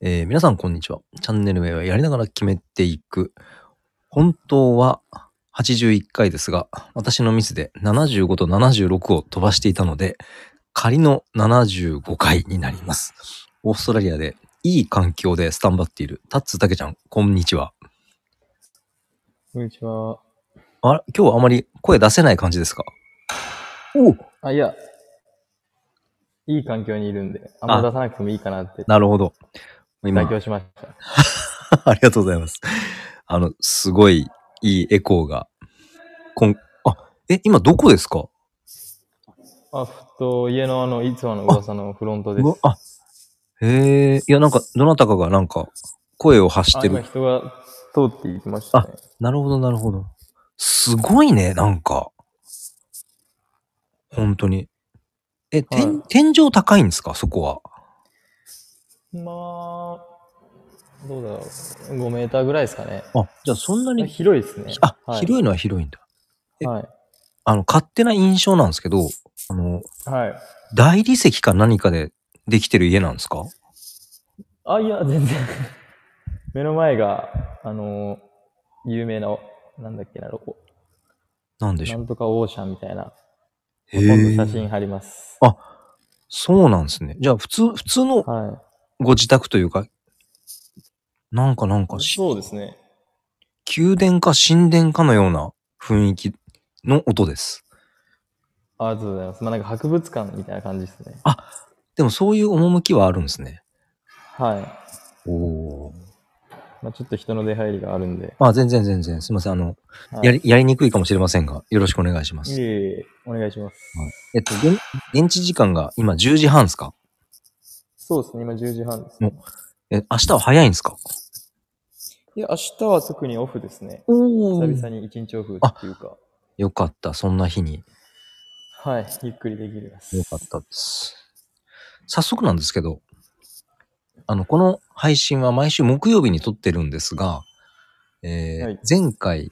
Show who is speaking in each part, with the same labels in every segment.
Speaker 1: えー皆さんこんにちは。チャンネル名はやりながら決めていく。本当は81回ですが、私のミスで75と76を飛ばしていたので、仮の75回になります。オーストラリアでいい環境でスタンバっているタッツタケちゃん、こんにちは。
Speaker 2: こんにちは。
Speaker 1: あら今日はあまり声出せない感じですかお
Speaker 2: あ、いや、いい環境にいるんで、あんま出さなくてもいいかなって、
Speaker 1: なるほど。今
Speaker 2: 妥、協しまし た。
Speaker 1: ありがとうございます。あの、すごいいいエコーが。こん、あ、え、今どこですか
Speaker 2: あ、ふっと、家のあの、いつもの噂のフロントです
Speaker 1: うわ。あ、へえ、いや、なんか、どなたかがなんか、声を発し
Speaker 2: あ、
Speaker 1: て
Speaker 2: 今
Speaker 1: る。
Speaker 2: 人が通っていきましたね。
Speaker 1: なるほど、なるほど。すごいね、なんか。本当に。え、てん
Speaker 2: は
Speaker 1: 天井高いんですか、そこは。
Speaker 2: まあ、どうだろう。5メーターぐらいですかね。
Speaker 1: あ、じゃあそんなに、
Speaker 2: 広いですね。
Speaker 1: あ、
Speaker 2: はい
Speaker 1: 広いのは広いんだ。い
Speaker 2: はい。
Speaker 1: あの、勝手な印象なんですけど、あの、
Speaker 2: はい。
Speaker 1: 大理石か何かでできてる家なんですか
Speaker 2: あ、いや、全然。 目の前が、あの有名な、なんだっけな、ロコ。
Speaker 1: なんでし
Speaker 2: な
Speaker 1: ょうん
Speaker 2: とかオーシャンみたいな。
Speaker 1: へ
Speaker 2: 今度写
Speaker 1: え。
Speaker 2: 真貼ります。
Speaker 1: そうなんですね。じゃあ、普通、普通の
Speaker 2: はい。
Speaker 1: ご自宅というか、なんかなんかし、
Speaker 2: そうですね。
Speaker 1: 宮殿か神殿かのような雰囲気の音です。
Speaker 2: ありがとうございます。まあなんか博物館みたいな感じですね。
Speaker 1: でもそういう趣はあるんですね。
Speaker 2: はい。
Speaker 1: おお。
Speaker 2: まあちょっと人の出入りがあるんで。
Speaker 1: まあ全然全然、すいません。あの、
Speaker 2: はい、
Speaker 1: やり、やりにくいかもしれませんが、よろしくお願いしま
Speaker 2: い
Speaker 1: す。
Speaker 2: えいえ、お願いします。
Speaker 1: えっと、現現地時間が今10時半ですか
Speaker 2: そうですね、今10時半です、ね。
Speaker 1: え、明日は早いんですか
Speaker 2: いや、明日は特にオフですね。
Speaker 1: お
Speaker 2: 久々に一日オフっていうか。
Speaker 1: よかった、そんな日に。
Speaker 2: はい、ゆっくりできるです。
Speaker 1: よかったです。早速なんですけど、あの、この配信は毎週木曜日に撮ってるんですが、えー
Speaker 2: はい
Speaker 1: 前回、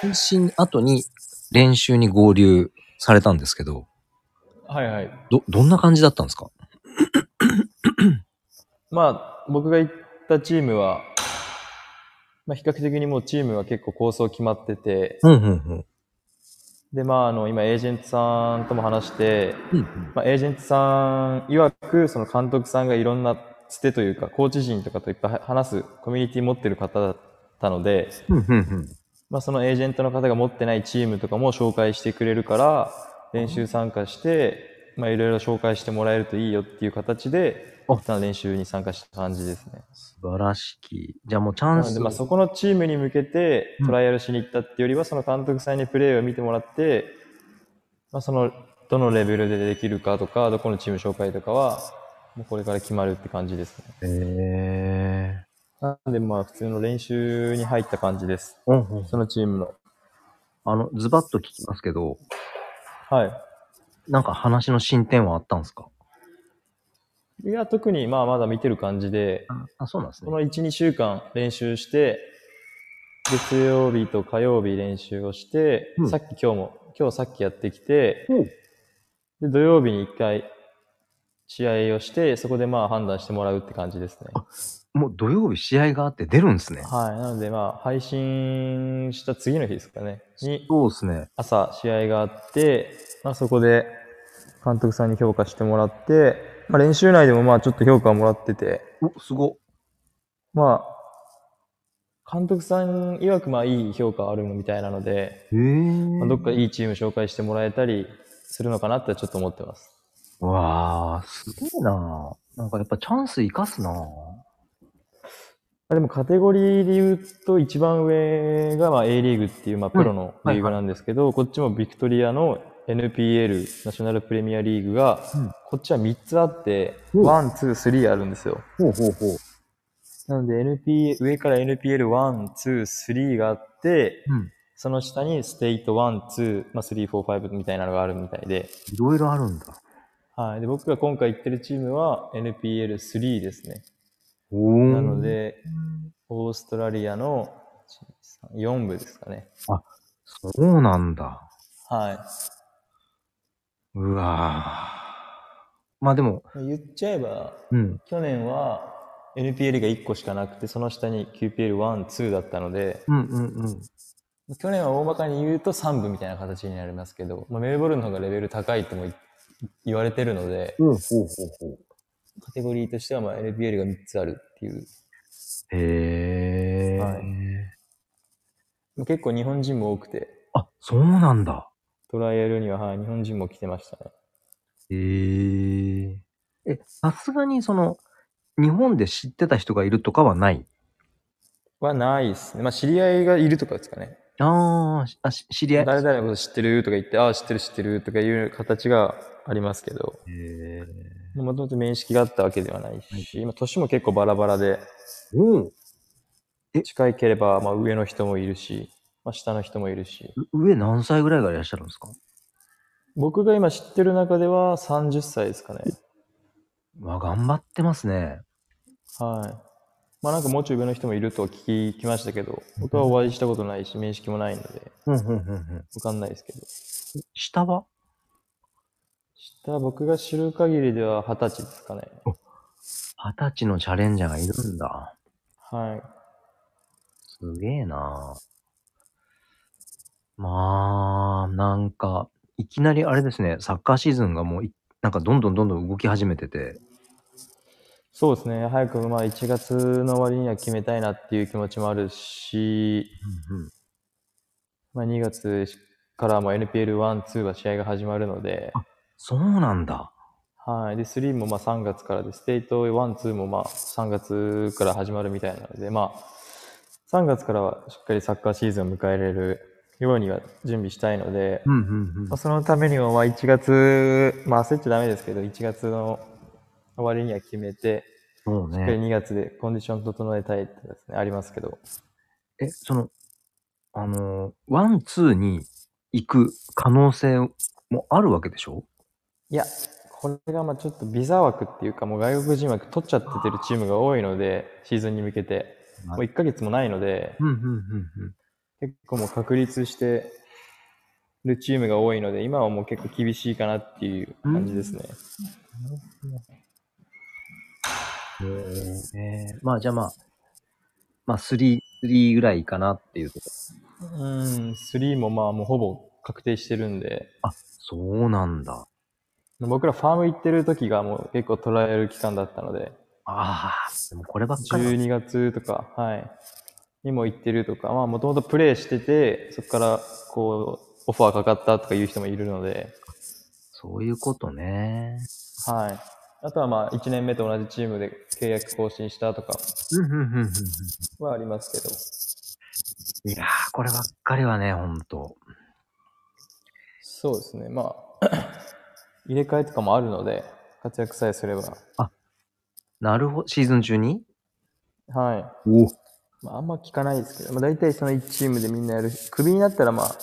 Speaker 1: 配信後に練習に合流されたんですけど、
Speaker 2: はいはい。
Speaker 1: ど、どんな感じだったんですか
Speaker 2: まあ僕が行ったチームは、まあ比較的にもうチームは結構構想決まってて、
Speaker 1: うん、うん、うん。
Speaker 2: でまああの今エージェントさんとも話して、
Speaker 1: うんうん
Speaker 2: まあ、エージェントさん曰くその監督さんがいろんなつてというかコーチ陣とかといっぱい話すコミュニティ持ってる方だったので、
Speaker 1: うん、うん、うん。
Speaker 2: まあ、そのエージェントの方が持ってないチームとかも紹介してくれるから練習参加して、まあ、いろいろ紹介してもらえるといいよっていう形で
Speaker 1: あ
Speaker 2: 一旦練習に参加した感じですね。
Speaker 1: 素晴らしき。じゃあもうチャ
Speaker 2: な
Speaker 1: ン
Speaker 2: の
Speaker 1: ス。
Speaker 2: で、まあ、そこのチームに向けて
Speaker 1: うん
Speaker 2: トライアルしに行ったっていうよりは、その監督さんにプレーを見てもらって、まあ、そのどのレベルでできるかとか、どこのチーム紹介とかは、もうこれから決まるって感じですね。
Speaker 1: へえ
Speaker 2: なので、まあ、普通の練習に入った感じです。
Speaker 1: ー。うん、うん
Speaker 2: そのチームの。
Speaker 1: あの、ズバッと聞きますけど、
Speaker 2: はい。
Speaker 1: なんか話の進展はあったんですか
Speaker 2: いや、特に、まあ、まだ見てる感じで、
Speaker 1: あ、そうなんです
Speaker 2: こ
Speaker 1: ね。
Speaker 2: の1、2週間練習して、月曜日と火曜日練習をして、
Speaker 1: うん
Speaker 2: さっき今日も、今日さっきやってきて、
Speaker 1: おう
Speaker 2: で、土曜日に一回試合をして、そこでまあ判断してもらうって感じですね。
Speaker 1: あもう土曜日試合があって出るんですね。
Speaker 2: はい。なのでまあ配信した次の日ですかね。に
Speaker 1: そうですね。
Speaker 2: 朝試合があって、まあそこで監督さんに評価してもらって、まあ練習内でもまあちょっと評価をもらってて、
Speaker 1: お、すご。
Speaker 2: まあ、監督さん曰くまあいい評価あるのみたいなので、
Speaker 1: へえ。
Speaker 2: まあ、どっかいいチーム紹介してもらえたりするのかなってちょっと思ってます。
Speaker 1: わあ、すごいななんかやっぱチャンス生かすな
Speaker 2: まあでもカテゴリーで言うと一番上がまあ A リーグっていうまあプロの
Speaker 1: うんはい
Speaker 2: リーグなんですけど、こっちもビクトリアの NPL、ナショナルプレミアリーグが
Speaker 1: うん、
Speaker 2: こっちは3つあって、
Speaker 1: うん
Speaker 2: ワン、ツー、スリーあるんですよ。
Speaker 1: ほうほうほう。
Speaker 2: なので NP、上から NPL1、2、3があって、
Speaker 1: うん。
Speaker 2: その下にステイト1、2、まあ、3、4、5みたいなのがあるみたいで、
Speaker 1: いろいろあるんだ。
Speaker 2: はい。で、僕が今回行ってるチームは NPL3 ですね。
Speaker 1: お
Speaker 2: なの。で、オーストラリアの4部ですかね。
Speaker 1: そうなんだ。
Speaker 2: は
Speaker 1: うわあ。まあでも、
Speaker 2: い。言っちゃえば、
Speaker 1: うん。
Speaker 2: 去年は、 NPL が1個しかなくて、その下に QPL1、2だったので、
Speaker 1: うんうんうん。
Speaker 2: 去年は大まかに言うと3部みたいな形になりますけど、まあ、メルボルンの方がレベル高いともい言われてるので、
Speaker 1: ほうほうほうほう。
Speaker 2: カテゴリーとしてはまあ NPL が3つあるっていう。
Speaker 1: へえ、
Speaker 2: はい結構日本人も多くて、
Speaker 1: あ、そうなんだ。
Speaker 2: トライアルには、はい、日本人も来てましたね。
Speaker 1: へえ。え、さすがにその、日本で知ってた人がいるとかはない
Speaker 2: はないですね。まあ知り合いがいるとかですかね。
Speaker 1: あーあ、し知り合い。
Speaker 2: 誰々のこと知ってるとか言って、ああ、知ってる知ってるとかいう形がありますけど、
Speaker 1: へー
Speaker 2: もともと面識があったわけではないし、今年も結構バラバラで、
Speaker 1: おう
Speaker 2: 近いければ、まあ、上の人もいるし、まあ、下の人もいるし、
Speaker 1: 上何歳ぐらいがいらっしゃるんですか
Speaker 2: 僕が今知ってる中では30歳ですかね。
Speaker 1: まあ、頑張ってますね。
Speaker 2: はい。まあなんかもうちょい上の人もいると聞きましたけど、僕はお会いしたことないし、面識もないので、
Speaker 1: うんうんうんうん。
Speaker 2: わかんないですけど。
Speaker 1: 下は
Speaker 2: 下、僕が知る限りでは20歳ですかね。
Speaker 1: 二十歳のチャレンジャーがいるんだ。
Speaker 2: はい。
Speaker 1: すげえなまあ、なんか、いきなりあれですね、サッカーシーズンがもうい、なんかどんどんどんどん動き始めてて、
Speaker 2: そうですね。早くまあ1月の終わりには決めたいなっていう気持ちもあるし、まあ2月からも NPL1、2は試合が始まるので、
Speaker 1: そうなんだ。
Speaker 2: はい。で、3もまあ3月からで、ステート1、2もまあ3月から始まるみたいなので、まあ、3月からはしっかりサッカーシーズンを迎えれるようには準備したいので、
Speaker 1: うんうん
Speaker 2: まあ、そのためにもまあ1月、まあ焦っちゃダメですけど、1月の終わりには決めて、
Speaker 1: そう
Speaker 2: しっかり
Speaker 1: ね。
Speaker 2: 2月でコンディション整えたいってやつね、ありますけど。
Speaker 1: え、その、あの、ワン、ツーに行く可能性もあるわけでしょ
Speaker 2: いや、これがまあちょっとビザ枠っていうか、もう外国人枠取っちゃっててるチームが多いので、シーズンに向けて、もう1ヶ月もないので、
Speaker 1: うんうんうん
Speaker 2: 結構もう確立してるチームが多いので、今はもう結構厳しいかなっていう感じですね。
Speaker 1: うん。えー、まあじゃあまあ、まあ3、3ぐらいかなっていうとこ
Speaker 2: うん、3もまあもうほぼ確定してるんで、
Speaker 1: あ、そうなんだ。
Speaker 2: 僕らファーム行ってる時がもう結構トライアル期間だったので、
Speaker 1: ああ、でもこればっかりだ。
Speaker 2: 12月とか、はい、にも行ってるとか、まあもともとプレイしてて、そこからこう、オファーかかったとかいう人もいるので、
Speaker 1: そういうことね。
Speaker 2: はい。あとはまあ1年目と同じチームで契約更新したとか
Speaker 1: うんうんうんうん
Speaker 2: はありますけど、
Speaker 1: いやー、こればっかりはね、ほんと。
Speaker 2: そうですね、まあ、 入れ替えとかもあるので、活躍さえすれば、
Speaker 1: なるほど、シーズン中に
Speaker 2: は
Speaker 1: お
Speaker 2: い。まあ、あんま聞かないですけど、まあ、大体その1チームでみんなやる、クビになったらまあ、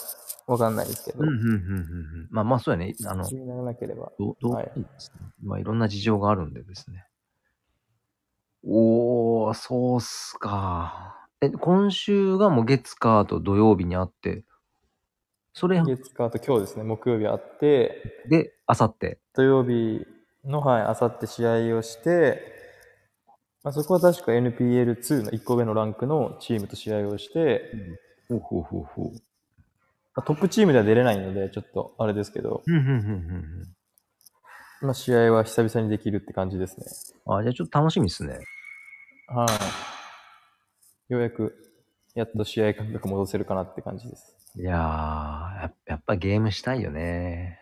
Speaker 2: わかんないですけど、
Speaker 1: うんうんうんうんうん。まあまあ、そうやね。あの
Speaker 2: ク、ビにならなければ。
Speaker 1: どうどう、
Speaker 2: はい
Speaker 1: ですねまあ、いろんな事情があるんでですね。おー、そうっすか。え、今週がもう月火と土曜日にあって、それ
Speaker 2: 月火と今日ですね、木曜日あって、
Speaker 1: で、あさって。
Speaker 2: 土曜日の、はい、あさって試合をして、まあ、そこは確か NPL2 の1個上のランクのチームと試合をして、
Speaker 1: ほうほうほうほう。
Speaker 2: まあ、トップチームでは出れないので、ちょっとあれですけど、
Speaker 1: うんうんうんうん
Speaker 2: まあ、試合は久々にできるって感じですね。
Speaker 1: うん。あ、じゃあちょっと楽しみっすね。
Speaker 2: はい。ようやく、やっと試合感覚戻せるかなって感じです。
Speaker 1: いやー、ややっぱゲームしたいよね。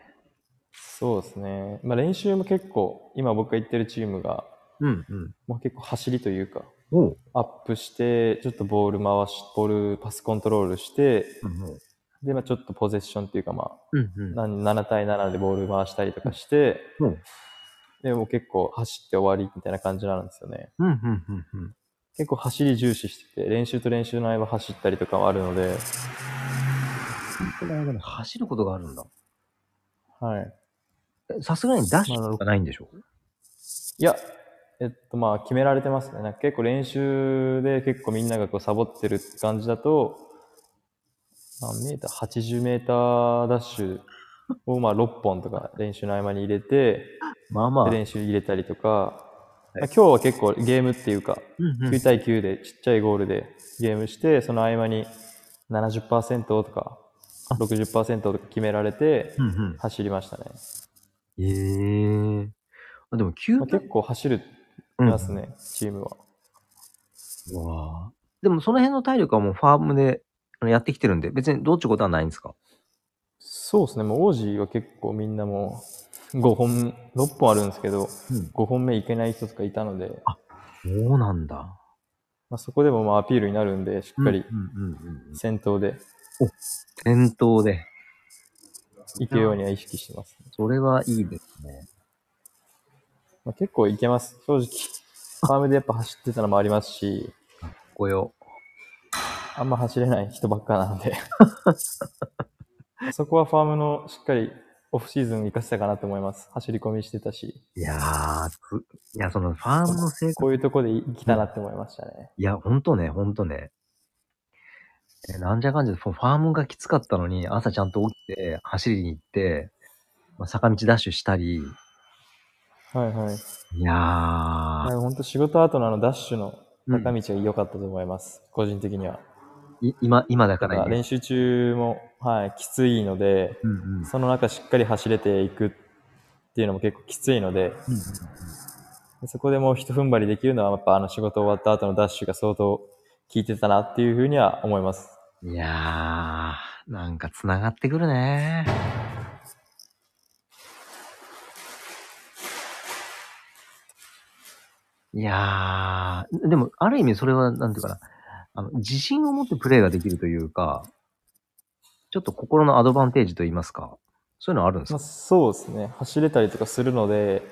Speaker 2: そうですね。まあ、練習も結構、今僕が行ってるチームが、
Speaker 1: うんうん。
Speaker 2: もう結構走りというか、
Speaker 1: おう。
Speaker 2: アップして、ちょっとボール回し、ボールパスコントロールして、
Speaker 1: うん
Speaker 2: で、まあ、ちょっとポゼッションっていうか、ま
Speaker 1: うん。
Speaker 2: あ、なん7対7でボール回したりとかして、
Speaker 1: うん
Speaker 2: でもう結構走って終わりみたいな感じなんですよね。
Speaker 1: うんうんうんうん。
Speaker 2: 結構走り重視してて、練習と練習の合間走ったりとかもあるので、
Speaker 1: この間ね、走ることがあるんだ。
Speaker 2: はい。
Speaker 1: えさすがにダッシュとかないんでしょ
Speaker 2: いや、えっと、まあ、決められてますね。なんか結構練習で結構みんながこうサボってる感じだと、まあ、メーター、80メーターダッシュをまあ6本とか練習の合間に入れて、
Speaker 1: まあま
Speaker 2: で練習入れたりとか、まあ今日は結構ゲームっていうか、
Speaker 1: うん
Speaker 2: 9対9でちっちゃいゴールでゲームして、その合間に70%とか60%とか決められて
Speaker 1: う、ん
Speaker 2: 走りましたね。
Speaker 1: うん。ええあ、でも9
Speaker 2: まあ、結構走る
Speaker 1: うん
Speaker 2: ますね、チームは。
Speaker 1: うわあでもその辺の体力はもうファームであのやってきてるんで、別にどうっちゅうことはないんですか
Speaker 2: そうですね、もう王子は結構みんなもう5本、6本あるんですけど、
Speaker 1: うん
Speaker 2: 5本目いけない人とかいたので、
Speaker 1: そうなんだ。
Speaker 2: まあ、そこでもまあアピールになるんで、しっかり
Speaker 1: うんうんうんうん。
Speaker 2: 先頭で
Speaker 1: 先頭で。
Speaker 2: 行くようには意識してます、
Speaker 1: それはいいですね。
Speaker 2: まあ、結構いけます、正直。ファームでやっぱ走ってたのもありますし、
Speaker 1: こよ。
Speaker 2: あんま走れない人ばっかなの で、そこはファームのしっかりオフシーズン活かせたかなと思います。走り込みしてたし、
Speaker 1: いやー、ついや、そのファームの成功、
Speaker 2: こういうとこで生きたなって思いましたね。
Speaker 1: いや、ほんとね、ほんとね。えなんじゃかんじゃで、フォファームがきつかったのに、朝ちゃんと起きて、走りに行って、まあ、坂道ダッシュしたり、
Speaker 2: はいはい。
Speaker 1: いやー、
Speaker 2: 本当仕事後のあのダッシュの
Speaker 1: うん
Speaker 2: 坂道が良かったと思います。個人的には。
Speaker 1: い今、今だ
Speaker 2: た
Speaker 1: から
Speaker 2: だ
Speaker 1: 言う
Speaker 2: 練習中も、はい、きついので、
Speaker 1: うんうん
Speaker 2: その中しっかり走れていくっていうのも結構きついので、
Speaker 1: うん
Speaker 2: そこでもう一踏ん張りできるのは、やっぱあの仕事終わった後のダッシュが相当効いてたなっていうふうには思います。
Speaker 1: いやー、なんか繋がってくるね。いやー、でも、ある意味それは、なんていうかな、あの、自信を持ってプレーができるというか、ちょっと心のアドバンテージと言いますか、そういうのはあるんです
Speaker 2: まあ、
Speaker 1: か、
Speaker 2: そうですね。走れたりとかするので、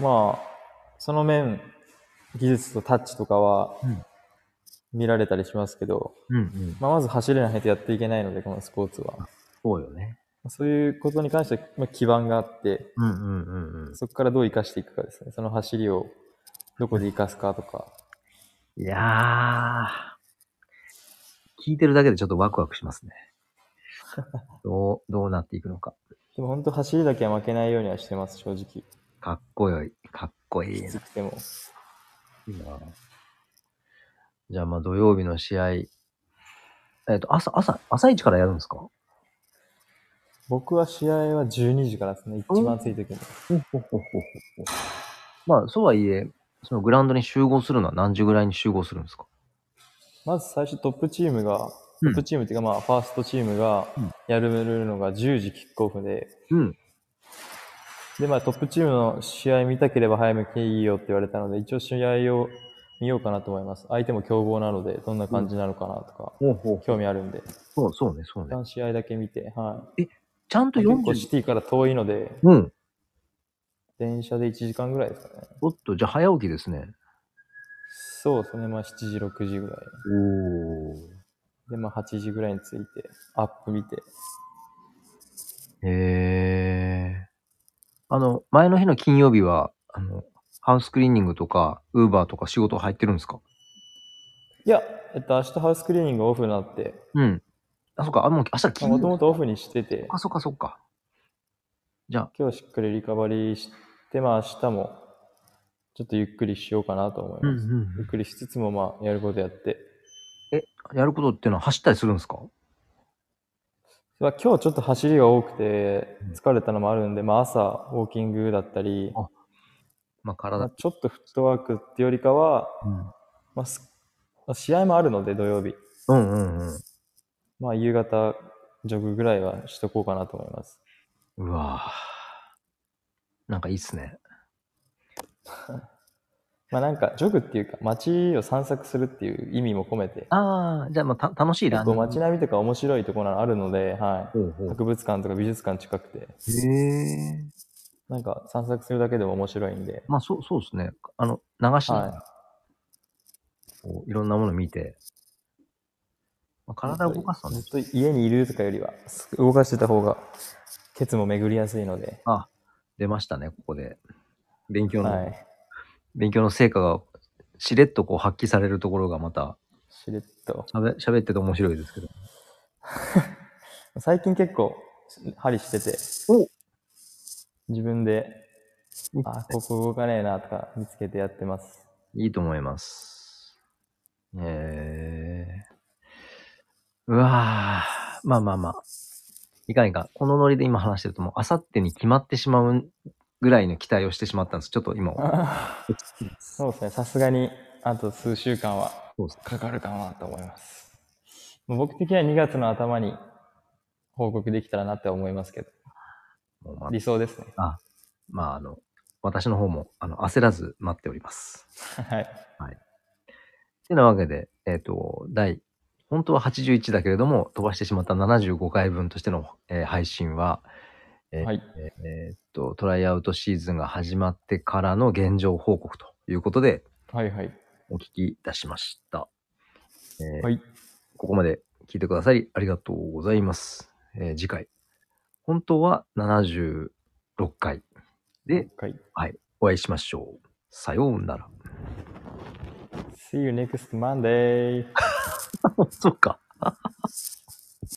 Speaker 2: まあ、その面、技術とタッチとかは
Speaker 1: うん
Speaker 2: 見られたりしますけど、
Speaker 1: うんうん。
Speaker 2: まあ、まず走れないとやっていけないので、このスポーツは。ま
Speaker 1: そうよね。
Speaker 2: あそういうことに関しては、まあ、基盤があって、
Speaker 1: うんうんうんうん。
Speaker 2: そこからどう生かしていくかですね。その走りをどこで生かすかとか。
Speaker 1: いやー、聞いてるだけでちょっとワクワクし ますね。どう、どうなっていくのか。
Speaker 2: でも本当走りだけは負けないようにはしてます、正直。
Speaker 1: かっこよい。かっこいい
Speaker 2: きつくても。
Speaker 1: な。じゃあまあ土曜日の試合。えっ、と、朝、朝、朝一からやるんですか
Speaker 2: 僕は試合は12時からですね、一番暑い時に。
Speaker 1: ほほほほほまあ、そうはいえ、そのグラウンドに集合するのは何時ぐらいに集合するんですか
Speaker 2: まず最初トップチームが、
Speaker 1: う
Speaker 2: ト
Speaker 1: ん
Speaker 2: ップチームっていうかまあファーストチームが
Speaker 1: うん
Speaker 2: やるのが10時キックオフで、
Speaker 1: うん。
Speaker 2: でまあトップチームの試合見たければ早めにいいよって言われたので、一応試合を見ようかなと思います。相手も強豪なので、どんな感じなのかなとか、
Speaker 1: ほうほう。
Speaker 2: 興味あるんで、
Speaker 1: そう、そうね、そう
Speaker 2: 一
Speaker 1: ね。
Speaker 2: 旦試合だけ見て、はい。
Speaker 1: ちゃんと
Speaker 2: 結構
Speaker 1: 40
Speaker 2: シ。ティから遠いので、
Speaker 1: うん。
Speaker 2: 電車で1時間ぐらいですかね。
Speaker 1: おっと、じゃあ早起きですね。
Speaker 2: そうですね、まあ7時、6時ぐらい。
Speaker 1: おー。
Speaker 2: で、まあ8時ぐらいに着いて、アップ見て、
Speaker 1: へえ。あの、前の日の金曜日は、あの、ハウスクリーニングとか、ウーバーとか仕事入ってるんですか
Speaker 2: いや、えっと、明日ハウスクリーニングオフになって、
Speaker 1: うん。あ、そっか、あ、もう明日金
Speaker 2: もと
Speaker 1: 曜
Speaker 2: も
Speaker 1: 日。
Speaker 2: とオフにしてて
Speaker 1: あ、、そっか、そっか。じゃあ、
Speaker 2: 今日しっかりリカバリーして、まあ明日もちょっとゆっくりしようかなと思います。ゆっくりしつつもまあやることやって。
Speaker 1: やることっていうのは走ったりするんですか
Speaker 2: まあ、今日ちょっと走りが多くて疲れたのもあるんで、まあ朝ウォーキングだったり、
Speaker 1: あまあ、
Speaker 2: まあ
Speaker 1: 体。
Speaker 2: ちょっとフットワークってよりかは、
Speaker 1: うん。
Speaker 2: まあすまあ試合もあるので土曜日、
Speaker 1: うんうんうん。
Speaker 2: まあ夕方ジョグぐらいはしとこうかなと思います。
Speaker 1: うわぁ。なんかいいっすね。
Speaker 2: まあなんかジョグっていうか街を散策するっていう意味も込めて、
Speaker 1: ああ、じゃあ、まあ、た楽しいラ
Speaker 2: 結
Speaker 1: ンニ
Speaker 2: 構
Speaker 1: ング
Speaker 2: 街並みとか面白いところなのあるので、はい、
Speaker 1: ほうほう
Speaker 2: 博物館とか美術館近くて
Speaker 1: へえ。
Speaker 2: なんか散策するだけでも面白いんで、
Speaker 1: まあ、そう、そうですね。あの、流しながら、
Speaker 2: はい
Speaker 1: こういろんなもの見て、まあ、体を動かすのね
Speaker 2: ずっ。と家にいるとかよりは動かしてた方がケツも巡りやすいので、
Speaker 1: あ、出ましたね、ここで。勉強の、
Speaker 2: はい、
Speaker 1: 勉強の成果がしれっとこう発揮されるところがまた、
Speaker 2: しれっと
Speaker 1: しゃべ喋ってて面白いですけど。
Speaker 2: 最近結構針してて
Speaker 1: お
Speaker 2: 自分であ、ここ動かねえなとか見つけてやってます。
Speaker 1: いいと思います。えー。うわーまあまあまあ。いかんいかん。このノリで今話してると、もう、あさってに決まってしまうぐらいの期待をしてしまったんです。ちょっと今、
Speaker 2: そうですね、さすがにあと数週間は
Speaker 1: そうです
Speaker 2: かかるかなと思います。もう僕的には2月の頭に報告できたらなって思いますけど、
Speaker 1: もうまあ
Speaker 2: 理想ですね。
Speaker 1: まあ、あの、私の方も、あの、焦らず待っております。
Speaker 2: はい。
Speaker 1: てなわけで、えっ、と、第、本当は81だけれども、飛ばしてしまった75回分としての、えー配信は、えー
Speaker 2: はい。
Speaker 1: えーっと、トライアウトシーズンが始まってからの現状報告ということで
Speaker 2: はいはい。
Speaker 1: お聞きいたしました。えー
Speaker 2: はい。
Speaker 1: ここまで聞いてくださりありがとうございます。えー次回、本当は76回で
Speaker 2: はい。
Speaker 1: お会いしましょう。さようなら。
Speaker 2: See you next Monday!
Speaker 1: そうか。